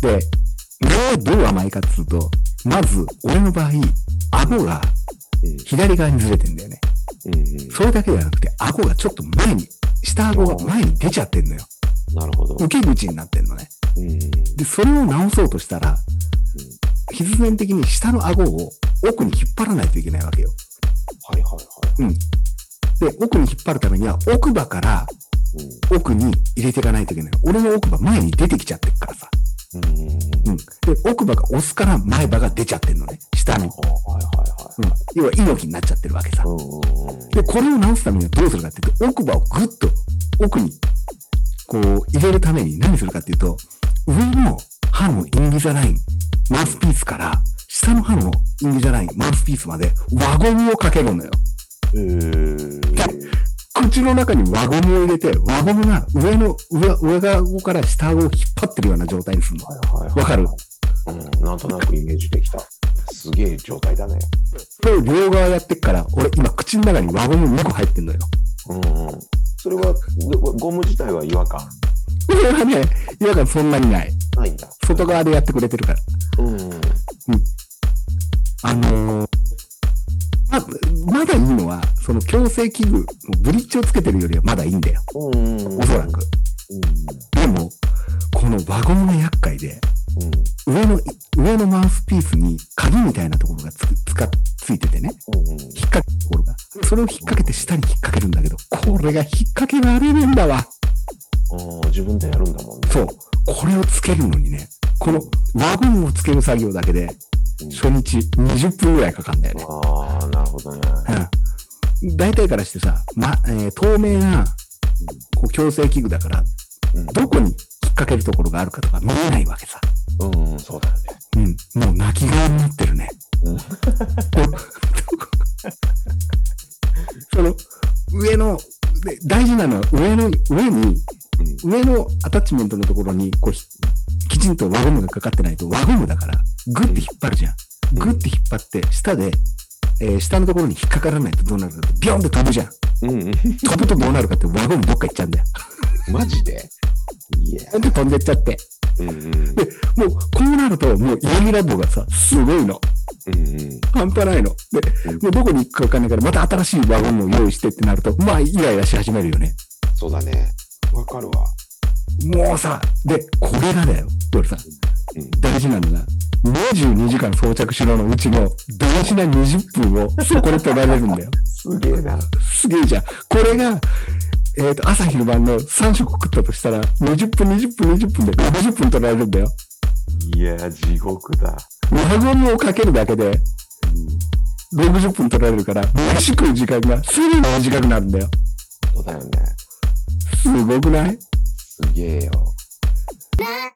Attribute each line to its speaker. Speaker 1: で、どう、どう甘いかっつうと、まず、俺の場合、顎が
Speaker 2: うん
Speaker 1: 左側にずれてんだよね。
Speaker 2: うんうん
Speaker 1: それだけじゃなくて、顎がちょっと前に、下顎が前に出ちゃってんのよ。
Speaker 2: なるほど。
Speaker 1: 受け口になってんのね。
Speaker 2: うんうん
Speaker 1: で、それを直そうとしたら、必然的に下の顎を奥に引っ張らないといけないわけよ。
Speaker 2: はいはいはい。
Speaker 1: で、奥に引っ張るためには、奥歯から
Speaker 2: う
Speaker 1: 奥に入れていかないといけない。俺の奥歯前に出てきちゃってるからさ。
Speaker 2: んうんうんうん
Speaker 1: うん。で、奥歯が押すから前歯が出ちゃってんのね。下に。
Speaker 2: はいはいは
Speaker 1: うん。要は猪木になっちゃってるわけさ
Speaker 2: い。。うんうんうん。
Speaker 1: で、これを直すためにはどうするかっていうと、奥歯をぐっと奥に、こう、入れるために何するかっていうと、上の歯のインギザライン、マウスピースから、下の歯のインギザライン、マウスピースまで輪ゴムをかけるのよ。
Speaker 2: えー
Speaker 1: 口の中に輪ゴムを入れて、輪ゴムが上の、上、上側から下顎を引っ張ってるような状態にするの。
Speaker 2: はいはいはい
Speaker 1: わかる
Speaker 2: うん、なんとなくイメージできた。すげえ状態だね。
Speaker 1: それを両側やってっから、俺今口の中に輪ゴム2個入ってんのよ。
Speaker 2: うんうん。それは、ゴゴム自体は違和感
Speaker 1: これはね、違和感そんなにない。
Speaker 2: ないんだ。
Speaker 1: 外側でやってくれてるから。
Speaker 2: うんうん。
Speaker 1: あのーま、まだいいのは、その矯正器具、ブリッジをつけてるよりはまだいいんだよ。
Speaker 2: うんうんうん。
Speaker 1: おそらく。
Speaker 2: うん
Speaker 1: でも、この輪ゴムが厄介で、
Speaker 2: うん。
Speaker 1: 上の、上のマウスピースに鍵みたいなところがつく、つか、ついててね。
Speaker 2: うんうん。
Speaker 1: 引っ掛けるところが。それを引っ掛けて下に引っ掛けるんだけど、これが引っ掛けられるんだわ。
Speaker 2: うん自分でやるんだもんね。
Speaker 1: そう。これをつけるのにね、この輪ゴムをつける作業だけで、
Speaker 2: うん
Speaker 1: 初日20分ぐらいかかるんだよね。
Speaker 2: ああ、なるほどね。
Speaker 1: うん大体からしてさ、ま、えー透明な、こう、矯正器具だから、
Speaker 2: うん
Speaker 1: どこに引っ掛けるところがあるかとか見えないわけさ。
Speaker 2: うんうん、そうだよね。
Speaker 1: うん。もう泣き顔になってるね。
Speaker 2: うん
Speaker 1: こうその、上の、で大事なのは上の、上に、上のアタッチメントのところに、こうひ、きちんと輪ゴムがかかってないと、輪ゴムだから、グッて引っ張るじゃん。
Speaker 2: うん
Speaker 1: グッて引っ張って、下で、えー下のところに引っかからないとどうなるかって、ビョンって飛ぶじゃん。
Speaker 2: うんうん。
Speaker 1: 飛ぶとどうなるかって輪ゴムどっか行っちゃうんだよ。
Speaker 2: マジでいや
Speaker 1: ほ。んで飛んでっちゃって。
Speaker 2: うんうん。
Speaker 1: で、もうこうなると、もう嫌味ラボがさ、すごいの。
Speaker 2: うんうん。
Speaker 1: 半端ないの。で、もうどこに行くかわかんないから、また新しい輪ゴムを用意してってなると、まあイライラし始めるよね。
Speaker 2: そうだね。わかるわ。
Speaker 1: もうさ、で、これがだよ、俺さ、
Speaker 2: うん
Speaker 1: 大事なのが、22時間装着しろのうちの大事な20分をそこで取られるんだよ。
Speaker 2: すげえな。
Speaker 1: すげえじゃん。これが、えっ、と、朝昼晩の3食食ったとしたら、20分、20分、20分で50分取られるんだよ。
Speaker 2: いや、地獄だ。
Speaker 1: 輪ゴムをかけるだけで60分取られるから、飯食う時間がすぐ短くなるんだよ。
Speaker 2: そうだよね。
Speaker 1: すごくない
Speaker 2: すげえよ。
Speaker 3: ラ